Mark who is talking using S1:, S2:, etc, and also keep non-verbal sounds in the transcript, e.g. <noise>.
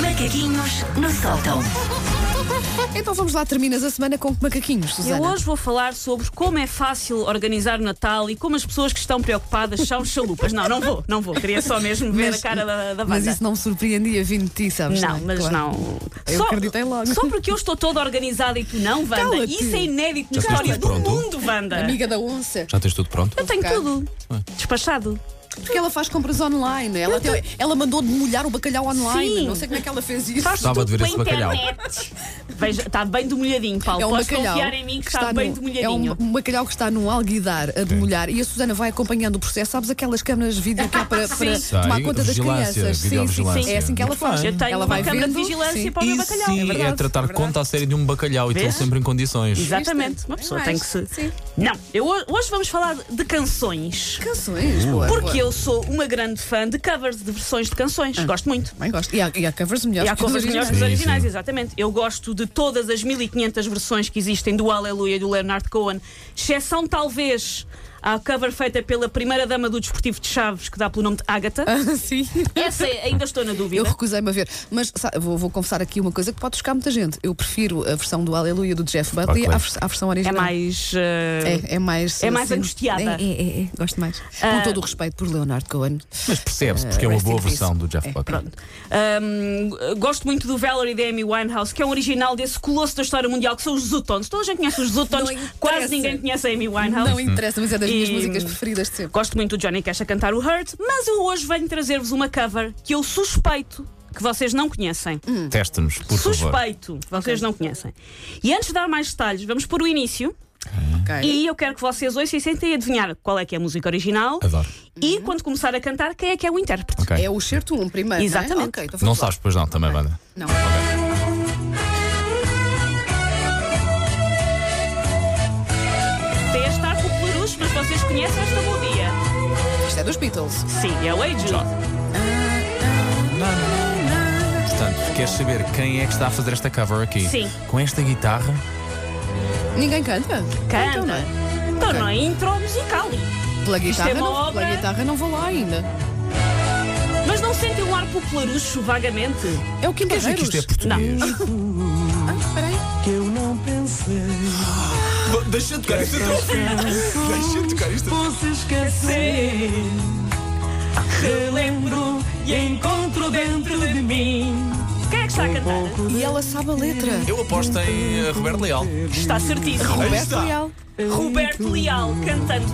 S1: Macaquinhos no sótão.
S2: Então vamos lá, terminas a semana com que macaquinhos, Susana.
S3: Eu hoje vou falar sobre como é fácil organizar o Natal e como as pessoas que estão preocupadas são chalupas. Não, não vou, não vou. Queria só mesmo ver
S2: Mas-
S3: a cara da, da
S2: Mas
S3: banda.
S2: isso não me surpreendia vindo de ti, sabes?
S3: Não,
S2: é?
S3: mas
S2: Claro.
S3: não.
S2: Eu acreditei logo.
S3: Só porque eu estou toda organizada e tu não, Wanda.
S2: Cala-te.
S3: Isso é inédito na
S4: Já tens
S3: história do
S4: tudo pronto?
S3: mundo, Wanda.
S2: Amiga da onça.
S4: Já tens tudo pronto?
S3: Eu tenho
S2: Cara.
S3: tudo
S4: Ah.
S3: despachado.
S2: Porque ela faz compras online. Ela, até- ela mandou demolhar o bacalhau online.
S3: Sim.
S2: Não sei como é que ela fez isso.
S3: Faz
S4: Gostava
S3: tudo
S4: de ver
S3: pela
S4: esse bacalhau.
S3: internet. Veja, está bem demolhadinho, Paulo.
S2: É um
S3: Podes
S2: bacalhau.
S3: confiar em mim que, está, bem
S2: no-
S3: demolhadinho.
S2: É um, um bacalhau que está num alguidar a demolhar e a Susana vai acompanhando o processo. Sabes aquelas câmaras de vídeo que há
S3: <laughs>
S2: para,
S3: Sim.
S2: para
S4: Sei,
S2: tomar conta das
S4: vigilância,
S2: crianças?
S4: videovigilância.
S2: É assim que ela
S4: Muito
S2: faz.
S4: bem.
S3: Eu tenho
S2: ela
S3: uma
S2: vai
S3: câmara de
S2: vendo,
S3: vigilância
S2: sim.
S3: para o meu bacalhau.
S4: Sim, é,
S2: verdade,
S4: tratar
S2: é verdade.
S4: conta a série de um bacalhau e
S3: Vês?
S4: tão sempre em condições.
S3: Exatamente, uma
S2: Tem
S3: pessoa
S2: é mais.
S3: tem que se.
S2: Sim.
S3: Não, eu, ho- hoje vamos falar de canções.
S2: Canções, boa.
S3: Porque
S2: boa.
S3: eu sou uma grande fã de covers de versões de canções. Gosto muito.
S2: Também gosto. E há, e há covers
S3: E
S2: melhores.
S3: há
S2: Ah. que os
S3: covers melhores
S2: originais.
S3: dos
S4: Sim,
S3: originais,
S4: sim.
S3: exatamente. Eu gosto de todas as 1500 versões que existem do Aleluia do Leonard Cohen, exceção talvez à cover feita pela primeira dama do Desportivo de Chaves, que dá pelo nome de Ágata.
S2: Ah, <laughs> Sim.
S3: Essa é- ainda estou na
S2: Eu
S3: dúvida.
S2: recusei-me a ver. Mas sa- vou, vou confessar aqui uma coisa que pode chocar muita gente. Eu prefiro a versão do Aleluia do Jeff Buckley
S4: claro.
S2: à, vers- à versão
S3: É
S2: original.
S3: mais. eh,
S2: É, é mais.
S3: É mais angustiada. Ah.
S2: É, é, é, é. Gosto mais. Com todo o respeito por Leonardo Cohen.
S4: Mas percebe-se, porque é uma
S2: Rest in
S4: boa
S2: peace.
S4: versão do Jeff Buckley.
S3: Pronto. Ahm, gosto muito do Valerie da Amy Winehouse, que é um original desse colosso da história mundial, que são os Zutons. Toda a gente conhece os Zutons,
S2: Não interessa.
S3: quase ninguém conhece a Amy
S2: Não
S3: Winehouse.
S2: interessa, mas é das minhas
S3: E-
S2: músicas preferidas de sempre.
S3: Gosto muito do Johnny Cash a cantar o Hurt, mas eu hoje venho trazer-vos uma cover que eu suspeito que vocês não conhecem.
S2: Hum.
S4: Teste-nos, por favor.
S3: suspeito que vocês não conhecem. E antes de dar mais detalhes, vamos por o início.
S2: Ok.
S3: E eu quero que vocês hoje se sentem adivinhar qual é que é a música original.
S4: Adoro.
S3: E quando começar a cantar, quem é que é o intérprete?
S4: Ok.
S2: É o certo um primeiro. Não, é?
S3: Exatamente.
S2: Ok, então
S4: Não
S2: vamos lá.
S4: sabes, pois não, também, Wanda.
S2: Não.
S3: Até estar com o Peluche, mas vocês conhecem esta melodia.
S2: Isto é dos Beatles.
S3: Sim, é o Hey Jude.
S4: Portanto, queres saber quem é que está a fazer esta cover aqui?
S3: Sim.
S4: Com esta guitarra?
S2: Ninguém canta? Então não
S3: Canta.
S2: é.
S3: Então não é intro musical.
S2: Pela guitarra,
S3: é uma
S2: não, pela
S3: obra.
S2: guitarra não vou lá ainda.
S3: Mas não sentem um ar popularucho vagamente?
S2: É o Kim
S4: Queres ver que
S2: Barreiros.
S4: isto é português?
S2: Ah, espera aí.
S4: Ah, Deixa tocar isto até ao fim. <laughs> Deixa tocar isto.
S5: se esquecer. Relembro e encontro dentro de mim.
S3: Quem é que está a cantar?
S2: E ela sabe a letra.
S4: Eu aposto em eh, Roberto Leal.
S3: Está certíssimo.
S4: Aí
S2: Roberto
S4: está.
S2: Leal.
S3: Roberto Leal cantando